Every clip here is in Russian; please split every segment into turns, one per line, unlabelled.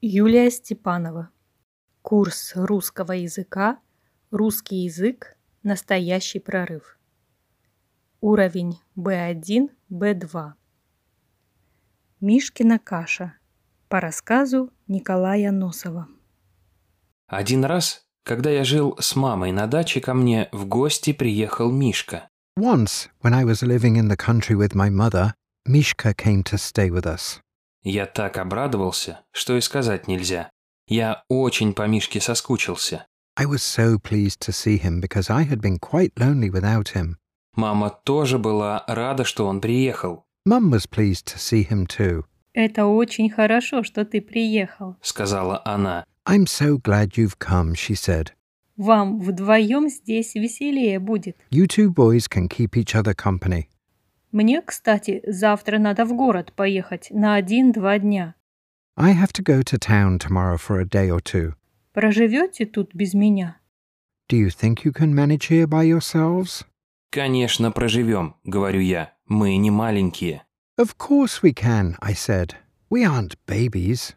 Юлия Степанова. Курс русского языка. Русский язык. Настоящий прорыв. Уровень B1, B2. Мишкина каша. По рассказу Николая Носова.
Один раз, когда я жил с мамой на даче, ко мне в гости приехал Мишка.
Once, when I was living in the country with my mother, Mishka came to stay with us.
Я так обрадовался, что и сказать нельзя. Я очень по Мишке соскучился.
I was so pleased to see him because I had been quite lonely without him.
Мама тоже была рада, что он приехал,
Mum was pleased to see him too.
Это очень хорошо, что ты приехал.
сказала она.
I'm so glad you've come, she said.
Вам вдвоем здесь веселее будет.
You two boys can keep each other company.
Мне, кстати, завтра надо в город поехать на один-два дня.
I have to go to town tomorrow for a day or two.
Проживете тут без меня?
Do you think you can manage here by yourselves?
Конечно, проживем, говорю я. Мы не маленькие.
Of course we can, I said. We aren't babies.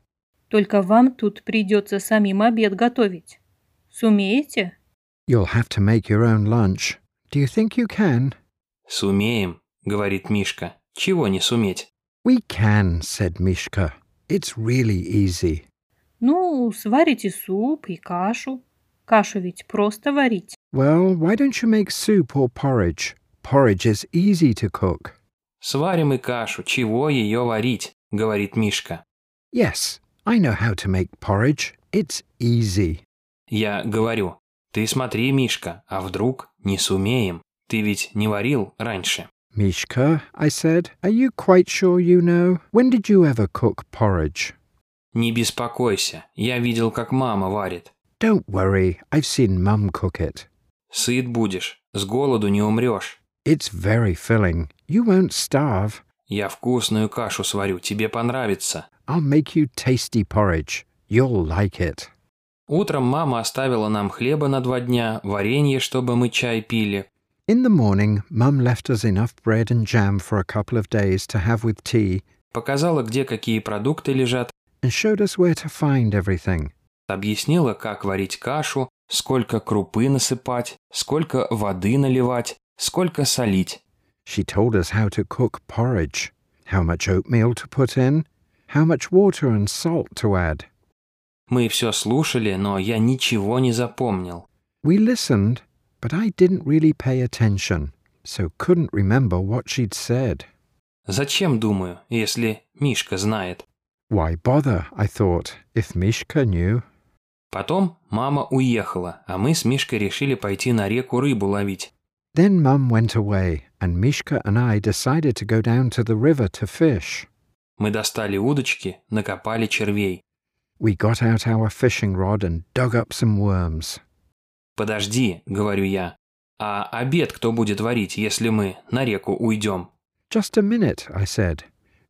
Только вам тут придется самим обед готовить. Сумеете?
You'll have to make your own lunch. Do you think you can?
Сумеем, говорит Мишка. Чего не суметь?
We can, said Mishka. It's really easy.
Ну, сварите суп и кашу. Кашу ведь просто варить.
Well, why don't you make soup or porridge? Porridge is easy to cook.
Сварим и кашу, чего ее варить, говорит Мишка.
Yes, I know how to make porridge. It's easy.
Я говорю, ты смотри, Мишка, а вдруг не сумеем? Ты ведь не варил раньше.
Mishka, I said, are you quite sure you know? When did you ever cook porridge?
Не беспокойся, я видел, как мама варит.
Don't worry, I've seen Mum cook it.
Сыт будешь, с голоду не умрешь.
It's very filling. You won't starve.
Я вкусную кашу сварю, тебе понравится.
I'll make you tasty porridge. You'll like it.
Утром мама оставила нам хлеба на два дня, варенье, чтобы мы чай пили.
In the morning, Mum left us enough bread and jam for a couple of days to have with tea
Показала, где какие продукты лежат,
and showed us where to find everything.
объяснила, как варить кашу, сколько крупы насыпать, сколько воды наливать, сколько солить.
She told us how to cook porridge, how much oatmeal to put in, how much water and salt to add.
Мы все слушали, но я ничего не запомнил.
We listened, but I didn't really pay attention, so couldn't remember what she'd said.
Зачем, думаю, если Мишка знает?
Why bother, I thought, if Mishka knew.
Потом мама уехала, а мы с Мишкой решили пойти на реку рыбу ловить.
Then Mum went away, and Mishka and I decided to go down to the river to fish.
Мы достали удочки, накопали червей.
We got out our fishing rod and dug up some worms.
«Подожди», — говорю я. «А обед кто будет варить, если мы на реку уйдем?»
Just a minute, I said.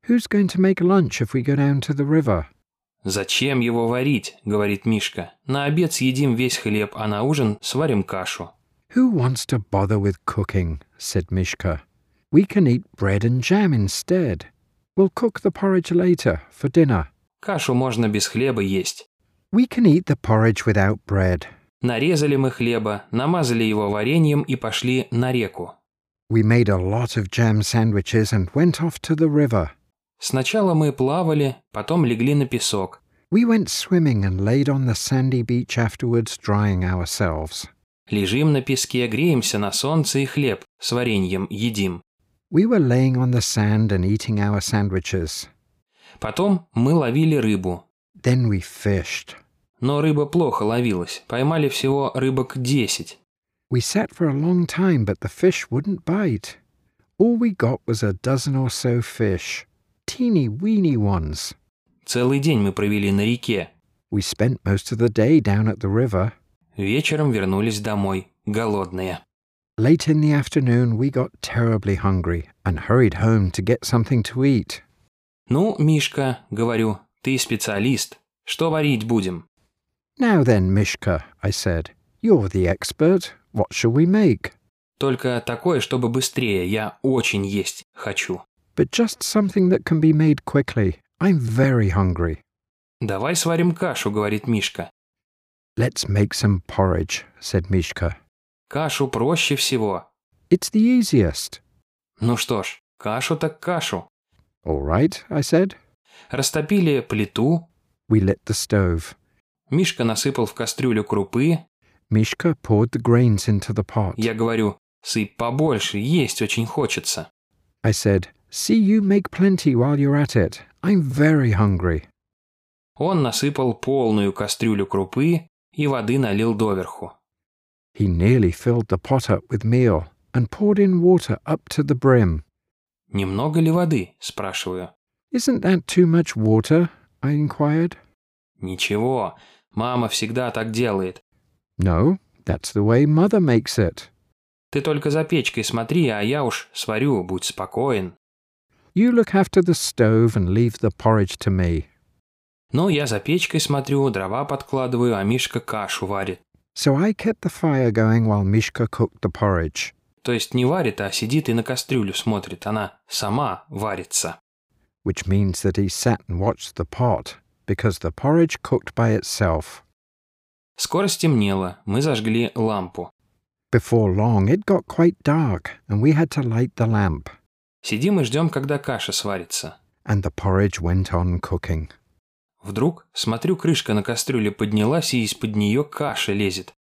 Who's going to make lunch if we go down to the river?
«Зачем его варить?» — говорит Мишка. «На обед съедим весь хлеб, а на ужин сварим кашу».
Who wants to bother with cooking? said Mishka. We can eat bread and jam instead. We'll cook the porridge later for dinner.
Кашу можно без хлеба есть.
We can eat the porridge without bread.
Нарезали мы хлеба, намазали его вареньем и пошли на реку.
We made a lot of jam sandwiches and went off to the river.
Сначала мы плавали, потом легли на песок.
We went swimming and laid on the sandy beach afterwards, drying ourselves.
Лежим на песке, греемся на солнце и хлеб с вареньем едим.
We were laying on the sand and eating our sandwiches.
Потом мы ловили рыбу.
Then we fished.
Но рыба плохо ловилась, поймали всего рыбок 10.
We sat for a long time, but the fish wouldn't bite. All we got was a dozen or so fish, teeny weeny ones.
Целый день мы провели на реке.
We spent most of the day down at the river.
Вечером вернулись домой, голодные.
Late in the afternoon, we got terribly hungry and hurried home to get something to eat.
«Ну, Мишка, — говорю, — ты специалист. Что варить будем?»
Now then, Mishka, I said, you're the expert. What shall we make?
«Только такое, чтобы быстрее. Я очень есть хочу».
But just something that can be made quickly. I'm very hungry.
Давай сварим кашу, говорит Мишка.
Let's make some porridge, said Mishka.
Кашу проще всего.
It's the easiest.
Ну что ж, кашу так кашу.
All right, I said.
Растопили плиту.
We lit the stove.
Мишка насыпал в кастрюлю крупы.
Mishka poured the grains into the pot.
Я говорю, сыпь побольше, есть очень хочется.
I said, See you make plenty while you're at it. I'm very hungry.
Он насыпал полную кастрюлю крупы и воды налил доверху.
He nearly filled the pot up with meal and poured in water up to the brim.
«Немного ли воды?» – спрашиваю.
Isn't that too much water? I inquired.
«Ничего, мама всегда так делает.
No, that's the way mother makes it.
Ты только за печкой смотри, а я уж сварю, будь спокоен».
You look after the stove and leave the porridge to me.
Ну, я за печкой смотрю, дрова подкладываю, а Мишка кашу варит.
So I kept the fire going while Mishka cooked the porridge.
То есть не варит, а сидит и на кастрюлю смотрит. Она сама варится.
which means that he sat and watched the pot, because the porridge cooked by itself.
Скоро стемнело, мы зажгли лампу.
Before long it got quite dark, and we had to light the lamp,
Сидим и ждем, когда каша сварится.
and the porridge went on cooking.
Вдруг, смотрю, крышка на кастрюле поднялась, и из-под нее каша лезет.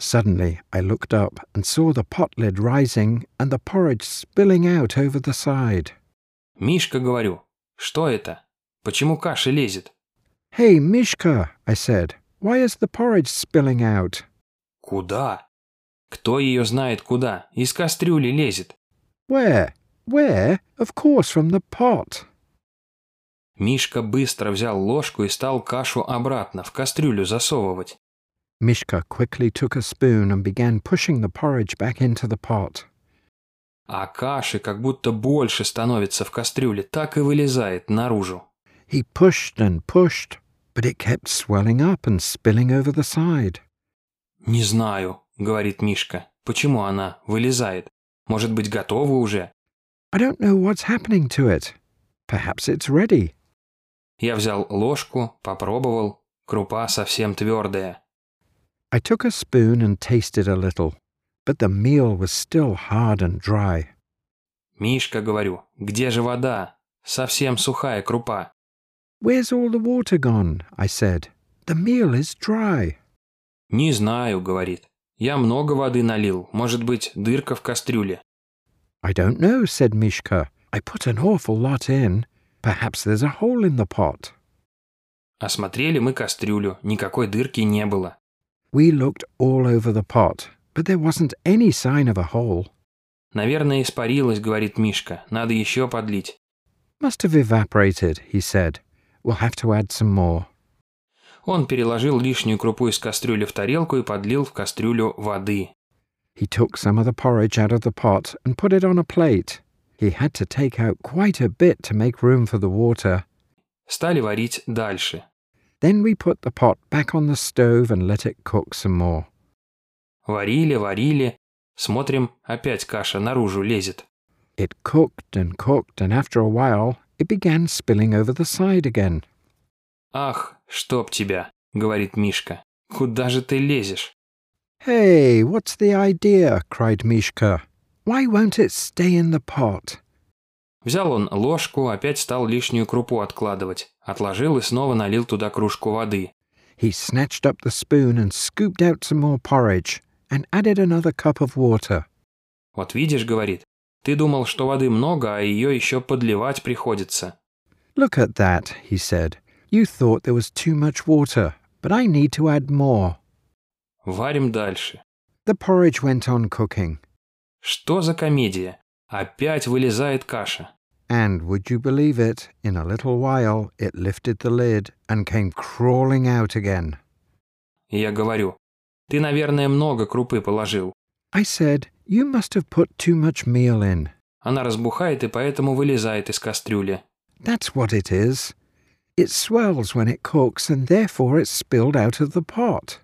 Suddenly I looked up and saw the pot lid rising and the porridge spilling out over the side.
Мишка, говорю, что это? Почему каша лезет?
Hey, Mishka, I said, why is the porridge spilling out?
Куда? Кто ее знает куда? Из кастрюли лезет.
Where? Where? Of course, from the pot.
Мишка быстро взял ложку и стал кашу обратно, в кастрюлю засовывать.
Mishka quickly took a spoon and began pushing the porridge back into the pot.
А каши как будто больше становится в кастрюле, так и вылезает наружу.
He pushed and pushed, but it kept swelling up and spilling over the side.
«Не знаю», — говорит Мишка, — «почему она вылезает? Может быть, готова уже?»
I don't know what's happening to it. Perhaps it's ready.
Я взял ложку, попробовал. Крупа совсем твердая.
I took a spoon and tasted a little, but the meal was still hard and dry.
«Мишка, — говорю, — где же вода? Совсем сухая крупа».
Where's all the water gone? I said. The meal is dry.
«Не знаю», — говорит. «Я много воды налил. Может быть, дырка в кастрюле».
I don't know, said Mishka. I put an awful lot in. Perhaps there's a hole in the pot.
Осмотрели мы кастрюлю. Никакой дырки не было.
We looked all over the pot, but there wasn't any sign of a hole.
«Наверное, испарилась», — говорит Мишка. «Надо еще подлить».
Must have evaporated, he said. We'll have to add some more.
Он переложил лишнюю крупу из кастрюли в тарелку и подлил в кастрюлю воды.
He took some of the porridge out of the pot and put it on a plate. He had to take out quite a bit to make room for the water.
Стали варить дальше.
Then we put the pot back on the stove and let it cook some more.
Варили, варили. Смотрим, опять каша наружу лезет.
It cooked and cooked, and after a while, it began spilling over the side again.
«Ах, чтоб тебя!» — говорит Мишка. «Куда же ты лезешь?»
Hey, what's the idea? cried Mishka. Why won't it stay in the pot?
Взял он ложку, опять стал лишнюю крупу откладывать. Отложил и снова налил туда кружку воды.
He snatched up the spoon and scooped out some more porridge and added another cup of water.
«Вот видишь», — говорит, — «ты думал, что воды много, а ее еще подливать приходится».
Look at that, he said. You thought there was too much water, but I need to add more.
Варим дальше.
The porridge went on cooking,
Что за комедия? Опять вылезает каша.
and would you believe it, in a little while it lifted the lid and came crawling out again.
И я говорю, ты, наверное, много крупы положил.
I said, You must have put too much meal in.
Она разбухает и поэтому вылезает из кастрюли.
That's what it is. It swells when it cooks, and therefore it's spilled out of the pot.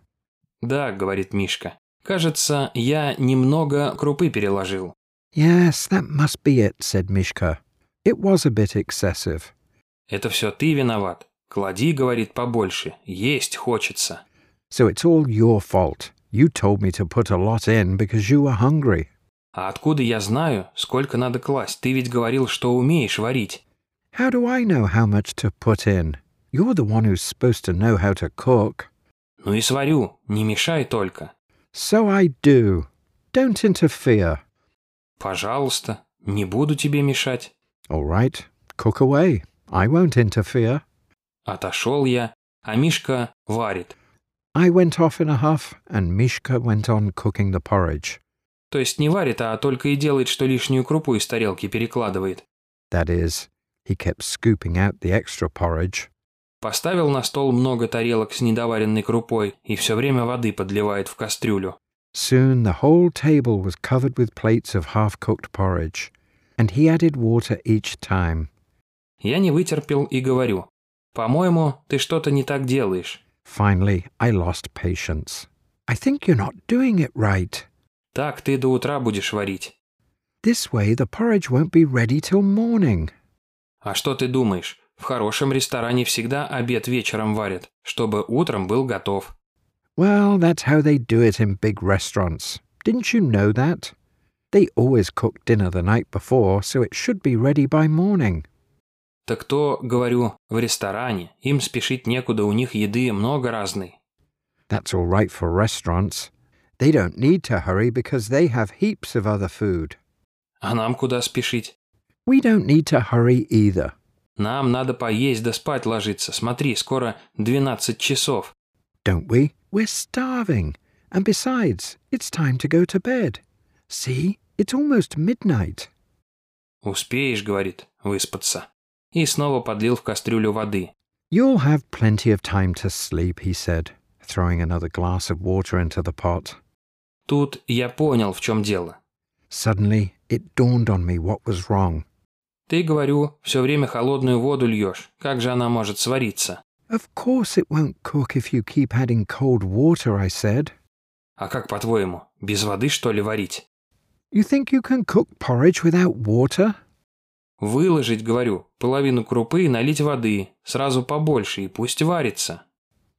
Да, говорит Мишка. Кажется, я немного крупы переложил.
Yes, that must be it, said Mishka. It was a bit excessive.
Это все ты виноват. Клади, говорит, побольше. Есть хочется.
So it's all your fault. You told me to put a lot in because you were hungry.
А откуда я знаю, сколько надо класть? Ты ведь говорил, что умеешь варить.
How do I know how much to put in? You're the one who's supposed to know how to cook.
Ну и сварю, не мешай только.
So I do. Don't interfere.
Пожалуйста, не буду тебе мешать.
All right, cook away. I won't interfere.
Отошел я, а Мишка варит.
I went off in a huff, and Mishka went on cooking the porridge.
То есть не варит, а только и делает, что лишнюю крупу из тарелки перекладывает.
That is, he kept scooping out the extra porridge.
Поставил на стол много тарелок с недоваренной крупой и все время воды подливает в кастрюлю.
Soon the whole table was covered with plates of half cooked porridge, and he added water each time.
Я не вытерпел и говорю. По-моему, ты что-то не так делаешь.
Finally, I lost patience. I think you're not doing it right.
Так ты до утра будешь варить.
This way the porridge won't be ready till morning.
А что ты думаешь? В хорошем ресторане всегда обед вечером варят, чтобы утром был готов.
Well, that's how they do it in big restaurants. Didn't you know that? They always cook dinner the night before, so it should be ready by morning.
Так то, говорю, в ресторане. Им спешить некуда, у них еды много разной.
That's all right for restaurants. They don't need to hurry because they have heaps of other food.
А нам куда спешить?
We don't need to hurry either.
Нам надо поесть да спать ложиться. Смотри, скоро 12 часов.
don't we? We're starving. And besides, it's time to go to bed. See, it's almost midnight.
Успеешь, говорит, выспаться. И снова подлил в кастрюлю воды.
You'll have plenty of time to sleep, he said, throwing another glass of water into the pot.
Тут я понял, в чем дело.
Suddenly, it dawned on me what was wrong.
Ты, говорю, все время холодную воду льешь. Как же она может свариться?
Of course, it won't cook if you keep adding cold water, I said.
А как по-твоему, без воды что ли варить?
You think you can cook porridge without water?
Выложить, говорю, половину крупы и налить воды, сразу побольше, и пусть варится.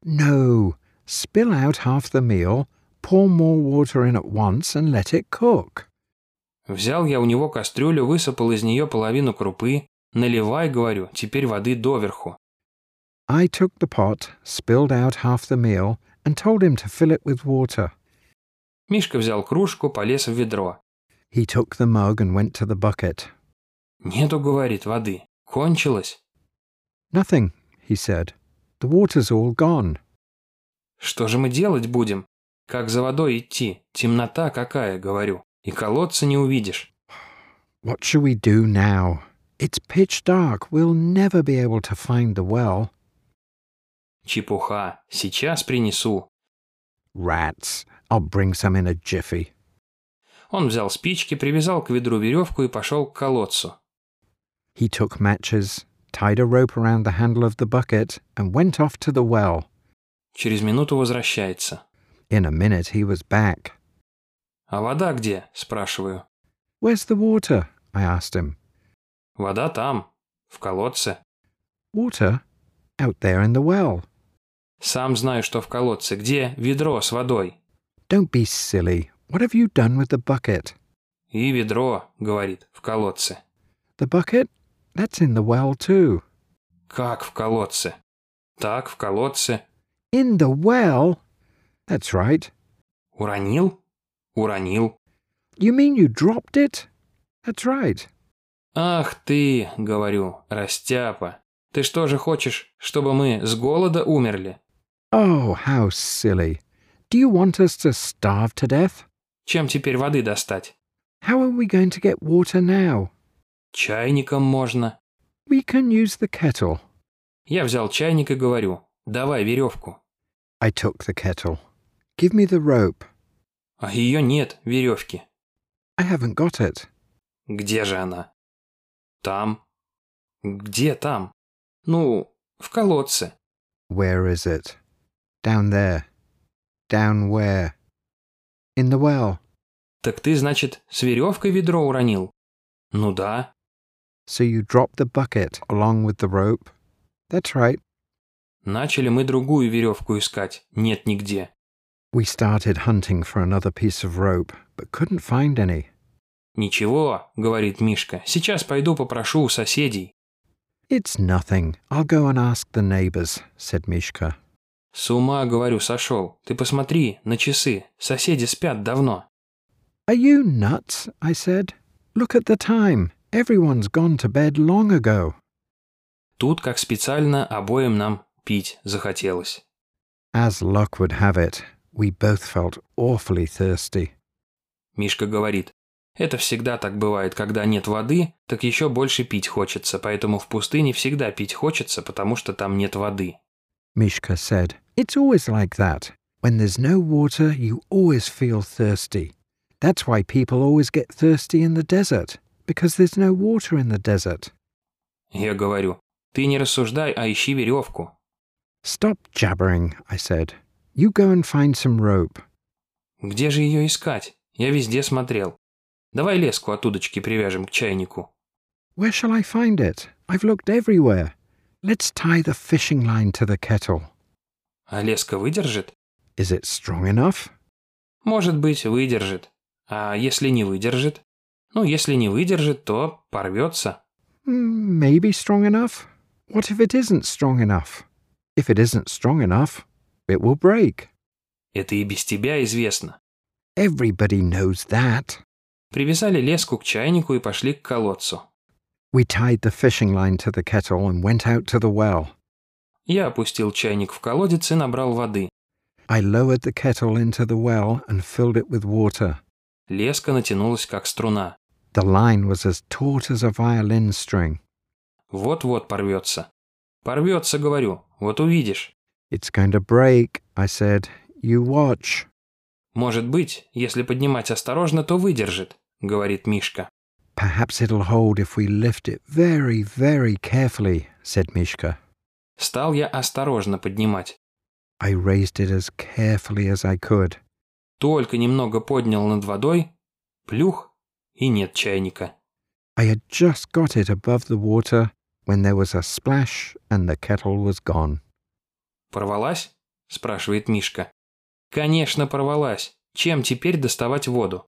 No. Spill out half the meal, pour more water in at once, and let it cook.
Взял я у него кастрюлю, высыпал из нее половину крупы. Наливай, говорю, теперь воды доверху.
I took the pot, spilled out half the meal, and told him to fill it with water.
Мишка взял кружку, полез в ведро.
He took the mug and went to the bucket.
Нету, говорит, воды. Кончилось.
Nothing, he said. The water's all gone.
Что же мы делать будем? Как за водой идти? Темнота какая, говорю. И колодца не увидишь.
What shall we do now? It's pitch dark. We'll never be able to find the well.
Чепуха. Сейчас принесу.
Rats. I'll bring some in a jiffy.
Он взял спички, привязал к ведру веревку и пошел к колодцу.
He took matches, tied a rope around the handle of the bucket, and went off to the well.
Через минуту возвращается.
In a minute he was back.
«А вода где?» – спрашиваю.
Where's the water? I asked him.
«Вода там, в колодце».
Water? Out there in the well.
«Сам знаю, что в колодце. Где ведро с водой?»
Don't be silly. What have you done with the bucket?
«И ведро», – говорит, – «в колодце».
The bucket? That's in the well too.
«Как в колодце?» «Так, в колодце».
In the well? That's right.
«Уронил?» «Уронил».
You mean you dropped it? That's right.
«Ах ты», – говорю, – «растяпа». «Ты что же хочешь, чтобы мы с голода умерли?
Oh, how silly. Do you want us to starve to death?
Чем теперь воды достать?»
How are we going to get water now?
«Чайником можно».
We can use the kettle.
Я взял чайник и говорю, давай веревку.
I took the kettle. Give me the rope.
А ее нет, веревки.
I haven't got it.
Где же она? Там. Где там? Ну, в колодце.
Where is it? Down there. Down where? In the well.
Так ты, значит, с веревкой ведро уронил? Ну да.
So you dropped the bucket along with the rope? That's right.
Начали мы другую веревку искать. Нет нигде.
We started hunting for another piece of rope, but couldn't find any.
Ничего, говорит Мишка. Сейчас пойду попрошу у соседей.
It's nothing. I'll go and ask the neighbours, said Mishka.
С ума, говорю, сошел. Ты посмотри на часы. Соседи спят давно.
Are you nuts? I said. Look at the time. Everyone's gone to bed long ago.
Тут как специально обоим нам пить захотелось.
As luck would have it, we both felt awfully thirsty.
Мишка говорит. Это всегда так бывает, когда нет воды, так еще больше пить хочется, поэтому в пустыне всегда пить хочется, потому что там нет воды.
Mishka said, It's always like that. When there's no water, you always feel thirsty. That's why people always get thirsty in the desert, because there's no water in the desert.
Я говорю, ты не рассуждай, а ищи веревку.
Stop jabbering, I said. You go and find some rope.
Где же ее искать? Я везде смотрел. Давай леску от удочки привяжем к чайнику.
Where shall I find it? I've looked everywhere. Let's tie the fishing line to the kettle.
А леска выдержит?
Is it strong enough?
Может быть, выдержит. А если не выдержит? Ну, если не выдержит, то порвется.
Mm, maybe strong enough. What if it isn't strong enough? If it isn't strong enough, it will break.
Это и без тебя известно.
Everybody knows that.
Привязали леску к чайнику и пошли к колодцу.
We tied the fishing line to the kettle and went out to the well.
Я опустил чайник в колодец и набрал воды.
I lowered the kettle into the well and filled it with water.
Леска натянулась как струна.
The line was as taut as a violin string.
Вот-вот порвется. Порвется, говорю, вот увидишь.
It's going to break, I said. You watch.
Может быть, если поднимать осторожно, то выдержит, говорит Мишка.
Perhaps it'll hold if we lift it very, very carefully, said Mishka.
Стал я осторожно поднимать.
I raised it as carefully as I could.
Только немного поднял над водой, плюх, и нет чайника.
I had just got it above the water when there was a splash and the kettle was gone.
Порвалась? спрашивает Мишка. Конечно, порвалась. Чем теперь доставать воду?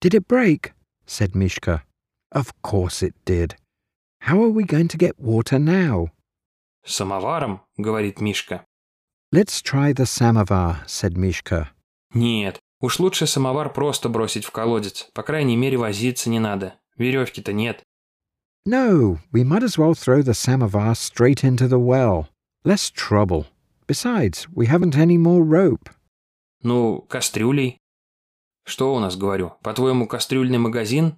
Did it break? said Mishka. Of course it did. How are we going to get water now?
Самоваром, говорит Мишка.
Let's try the samovar, said Mishka.
Нет, уж лучше самовар просто бросить в колодец. По крайней мере, возиться не надо. Веревки-то нет.
No, we might as well throw the samovar straight into the well. Less trouble. Besides, we haven't any more rope.
Ну, кастрюлей. Что у нас, говорю, по-твоему, кастрюльный магазин?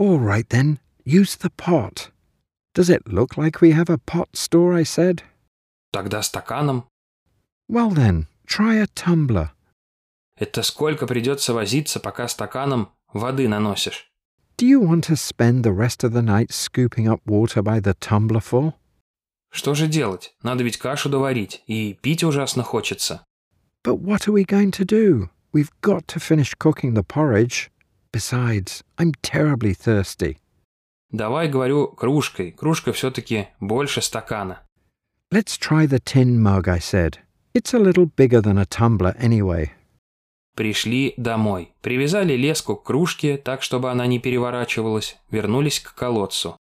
All right then, use the pot. Does it look like we have a pot store? I said.
Тогда стаканом.
Well then, try a tumbler.
Это сколько придется возиться, пока стаканом воды наносишь?
Do you want to spend the rest of the night scooping up water by the tumblerful?
Что же делать? Надо ведь кашу доварить, и пить ужасно хочется.
But what are we going to do? We've got to finish cooking the porridge. Besides, I'm terribly thirsty.
Давай, говорю, кружкой. Кружка все-таки больше стакана.
Let's try the tin mug, I said. It's a little bigger than a tumbler anyway.
Пришли домой. Привязали леску к кружке, так, чтобы она не переворачивалась. Вернулись к колодцу.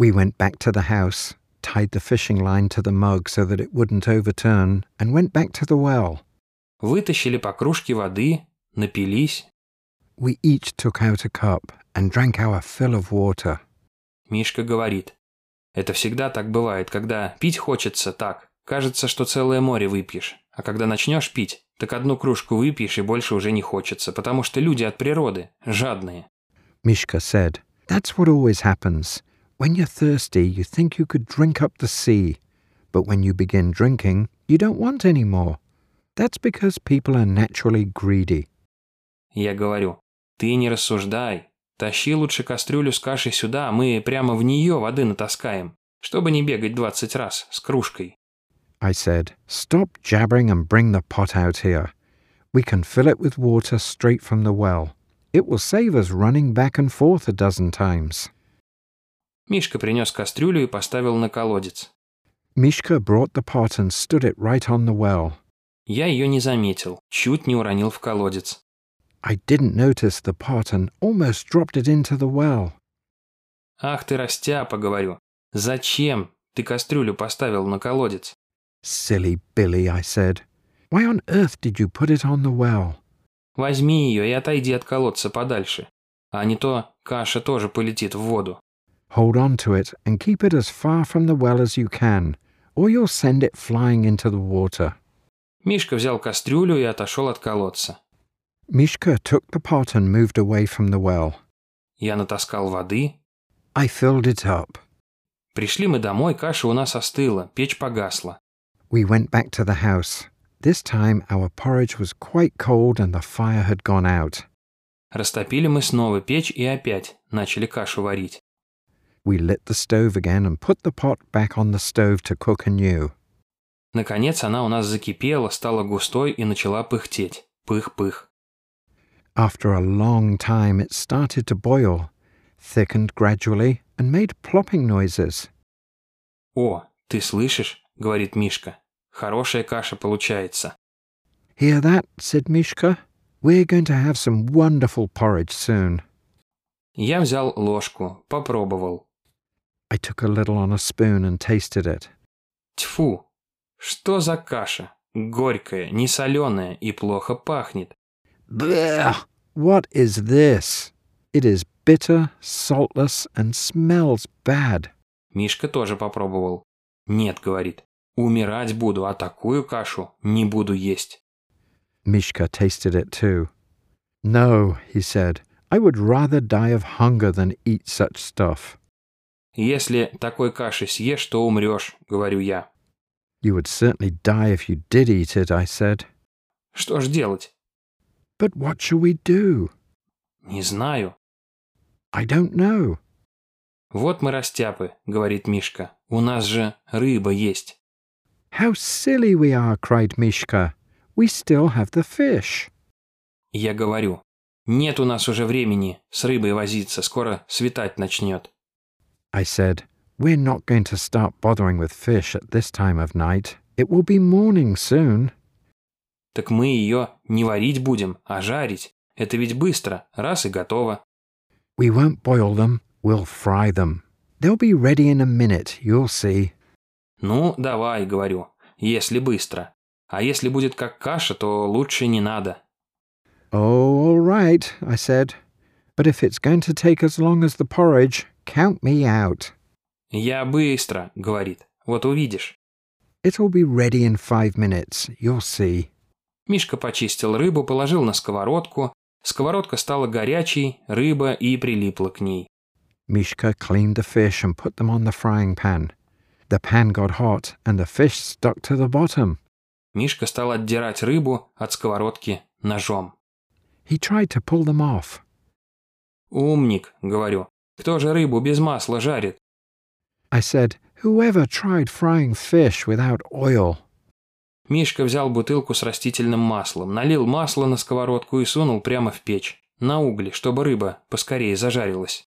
We went back to the house, tied the fishing line to the mug so that it wouldn't overturn, and went back to the well.
Вытащили по кружке воды, напились.
We each took out a cup and drank our fill of water.
Мишка говорит. Это всегда так бывает, когда пить хочется так. Кажется, что целое море выпьешь. А когда начнешь пить, так одну кружку выпьешь и больше уже не хочется, потому что люди от природы жадные.
Mishka said, That's what always happens. When you're thirsty, you think you could drink up the sea. But when you begin drinking, you don't want any more. That's because people are naturally greedy.
Я говорю, ты не рассуждай. Тащи лучше кастрюлю с кашей сюда, а мы прямо в нее воды натаскаем, чтобы не бегать двадцать раз с кружкой.
I said, Stop jabbering and bring the pot out here. We can fill it with water straight from the well. It will save us running back and forth a dozen times.
Мишка принес кастрюлю и поставил на колодец.
Mishka brought the pot and stood it right on the well.
Я ее не заметил, чуть не уронил в колодец.
I didn't notice the pot and almost dropped it into the well.
Ах ты растяпа, говорю. Зачем ты кастрюлю поставил на колодец?
Silly Billy, I said. Why on earth did you put it on the well?
Возьми ее и отойди от колодца подальше. А не то каша тоже полетит в воду.
Hold on to it and keep it as far from the well as you can, or you'll send it flying into the water.
Мишка взял кастрюлю и отошел от колодца.
Mishka took the pot and moved away from the well.
Я натаскал воды.
I filled it up.
Пришли мы домой, каша у нас остыла, печь погасла.
We went back to the house. This time our porridge was quite cold and the fire had gone out.
Растопили мы снова печь и опять начали кашу варить.
We lit the stove again and put the pot back on the stove to cook anew.
Наконец она у нас закипела, стала густой и начала пыхтеть. Пых-пых.
After a long time, it started to boil, thickened gradually, and made plopping noises.
«О, ты слышишь?» — говорит Мишка. «Хорошая каша получается».
Hear that? said Mishka. We're going to have some wonderful porridge soon.
Я взял ложку, попробовал.
I took a little on a spoon and tasted it.
Тьфу! Что за каша? Горькая, несоленая и плохо пахнет.
Blech! What is this? It is bitter, saltless, and smells bad.
Мишка тоже попробовал. «Нет», — говорит. «Умирать буду, а такую кашу не буду есть».
Mishka tasted it too. No, he said, I would rather die of hunger than eat such stuff.
«Если такой каши съешь, то умрешь», — говорю я.
You would certainly die if you did eat it, I said.
«Что ж делать?»
But what shall we do?
«Не знаю».
I don't know.
«Вот мы растяпы», — говорит Мишка. «У нас же рыба есть».
How silly we are, cried Mishka. We still have the fish.
Я говорю, нет у нас уже времени с рыбой возиться, скоро светать начнет.
I said, We're not going to start bothering with fish at this time of night. It will be morning soon.
Так мы ее не варить будем, а жарить. Это ведь быстро, раз и готово.
We won't boil them, we'll fry them. They'll be ready in a minute, you'll see.
Ну, давай, говорю, если быстро. А если будет как каша, то лучше не надо.
Oh, all right, I said. But if it's going to take as long as the porridge, count me out.
Я быстро, говорит, вот увидишь.
It'll be ready in five minutes, you'll see.
Мишка почистил рыбу, положил на сковородку. Сковородка стала горячей, рыба и прилипла к ней.
Mishka cleaned the fish and put them on the frying pan. The pan got hot and the fish stuck to the bottom.
Мишка стал отдирать рыбу от сковородки ножом.
He tried to pull them off.
«Умник», — говорю. «Кто же рыбу без масла жарит?»
I said, Whoever tried frying fish without oil?
Мишка взял бутылку с растительным маслом, налил масло на сковородку и сунул прямо в печь. На угли, чтобы рыба поскорее зажарилась.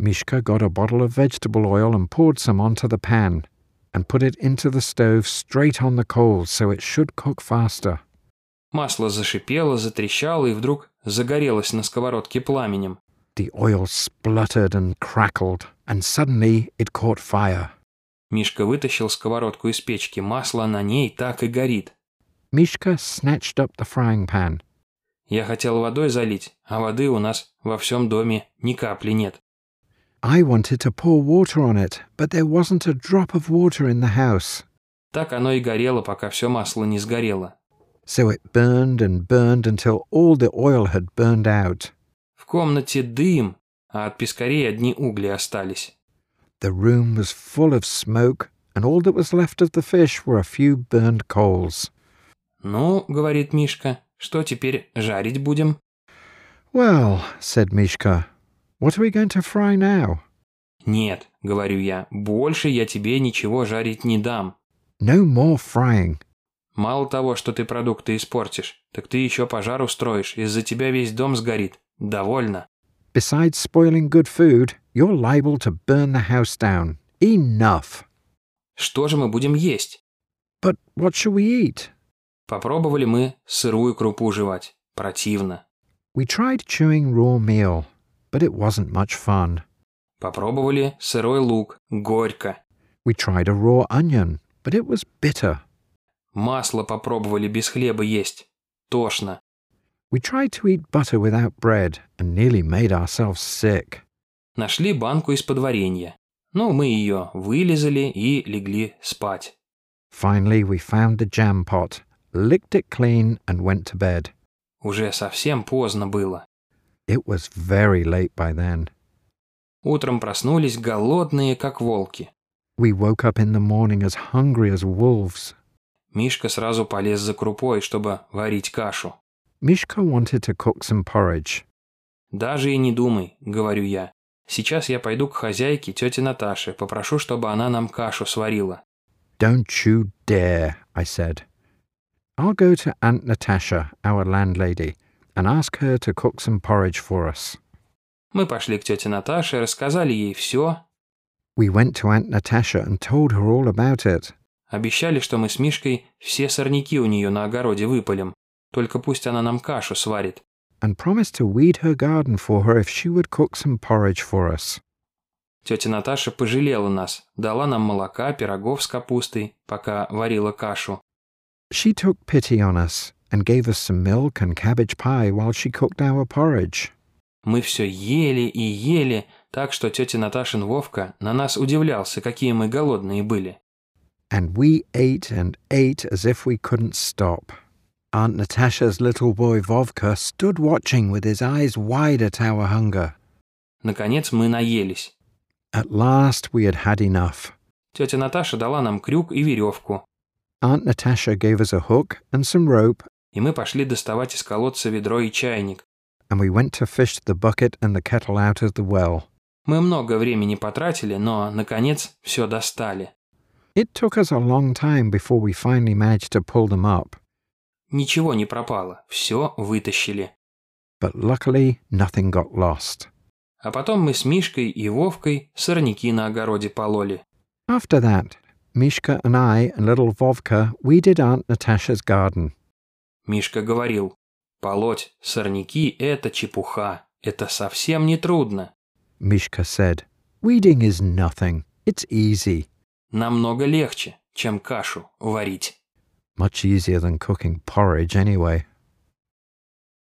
Mishka got a bottle of vegetable oil and poured some onto the pan and put it into the stove straight on the coals so it should cook faster.
Масло зашипело, затрещало и вдруг загорелось на сковородке пламенем.
The oil spluttered and crackled, and suddenly it caught fire.
Мишка вытащил сковородку из печки, масло на ней так и горит.
Mishka snatched up the frying pan.
Я хотел водой залить, а воды у нас во всем доме ни капли нет.
I wanted to pour water on it, but there wasn't a drop of water in the house.
Так оно и горело, пока все масло не сгорело.
So it burned and burned until all the oil had burned out.
В комнате дым, а от пескарей одни угли остались.
The room was full of smoke, and all that was left of the fish were a few burned coals.
«Ну, — говорит Мишка, — что теперь жарить будем?»
Well, said Mishka, what are we going to fry now?
«Нет, — говорю я, — больше я тебе ничего жарить не дам.
No more frying.
Мало того, что ты продукты испортишь, так ты еще пожар устроишь, из-за тебя весь дом сгорит. Довольно».
Besides spoiling good food, you're liable to burn the house down. Enough.
Что же мы будем есть?
But what shall we eat?
Попробовали мы сырую крупу жевать. Противно.
We tried chewing raw meal, but it wasn't much fun.
Попробовали сырой лук. Горько.
We tried a raw onion, but it was bitter.
Масло попробовали без хлеба есть. Тошно.
We tried to eat butter without bread and nearly made ourselves sick.
Нашли банку из-под варенья. Ну, мы ее вылезали и легли спать.
Finally, we found the jam pot, licked it clean, and went to bed.
Уже совсем поздно было.
It was very late by then.
Утром проснулись голодные, как волки.
We woke up in the morning as hungry as wolves.
Мишка сразу полез за крупой, чтобы варить кашу.
Mishka wanted to cook some porridge.
«Даже и не думай», — говорю я. «Сейчас я пойду к хозяйке, тете Наташе, попрошу, чтобы она нам кашу сварила».
Don't you dare, I said. I'll go to Aunt Natasha, our landlady, and ask her to cook some porridge for us.
Мы пошли к тете Наташе, рассказали ей все,
We went to Aunt Natasha and told her all about it.
обещали, что мы с Мишкой все сорняки у нее на огороде выпалим. Только пусть она нам кашу сварит.
and promised to weed her garden for her if she would cook some porridge for us.
Тетя Наташа пожалела нас, дала нам молока, пирогов с капустой, пока варила кашу.
She took pity on us and gave us some milk and cabbage pie while she cooked our porridge.
Мы все ели и ели, так что тетя Наташин Вовка на нас удивлялся, какие мы голодные были.
And we ate and ate as if we couldn't stop. Aunt Natasha's little boy Vovka stood watching with his eyes wide at our hunger.
Наконец мы наелись.
At last we had had enough.
Тетя Наташа дала нам крюк и веревку,
Aunt Natasha gave us a hook and some rope,
и мы пошли доставать из колодца ведро и чайник.
and we went to fish the bucket and the kettle out of the well.
Мы много времени потратили, но, наконец, все достали.
It took us a long time before we finally managed to pull them up,
Ничего не пропало, все вытащили.
but luckily nothing got lost.
А потом мы с Мишкой и Вовкой сорняки на огороде пололи.
After that, Mishka and I and little Vovka weeded Aunt Natasha's garden.
Мишка говорил, полоть сорняки – это чепуха, это совсем не трудно.
Mishka said, Weeding is nothing. It's easy.
Намного легче, чем кашу варить.
Much easier than cooking porridge, anyway.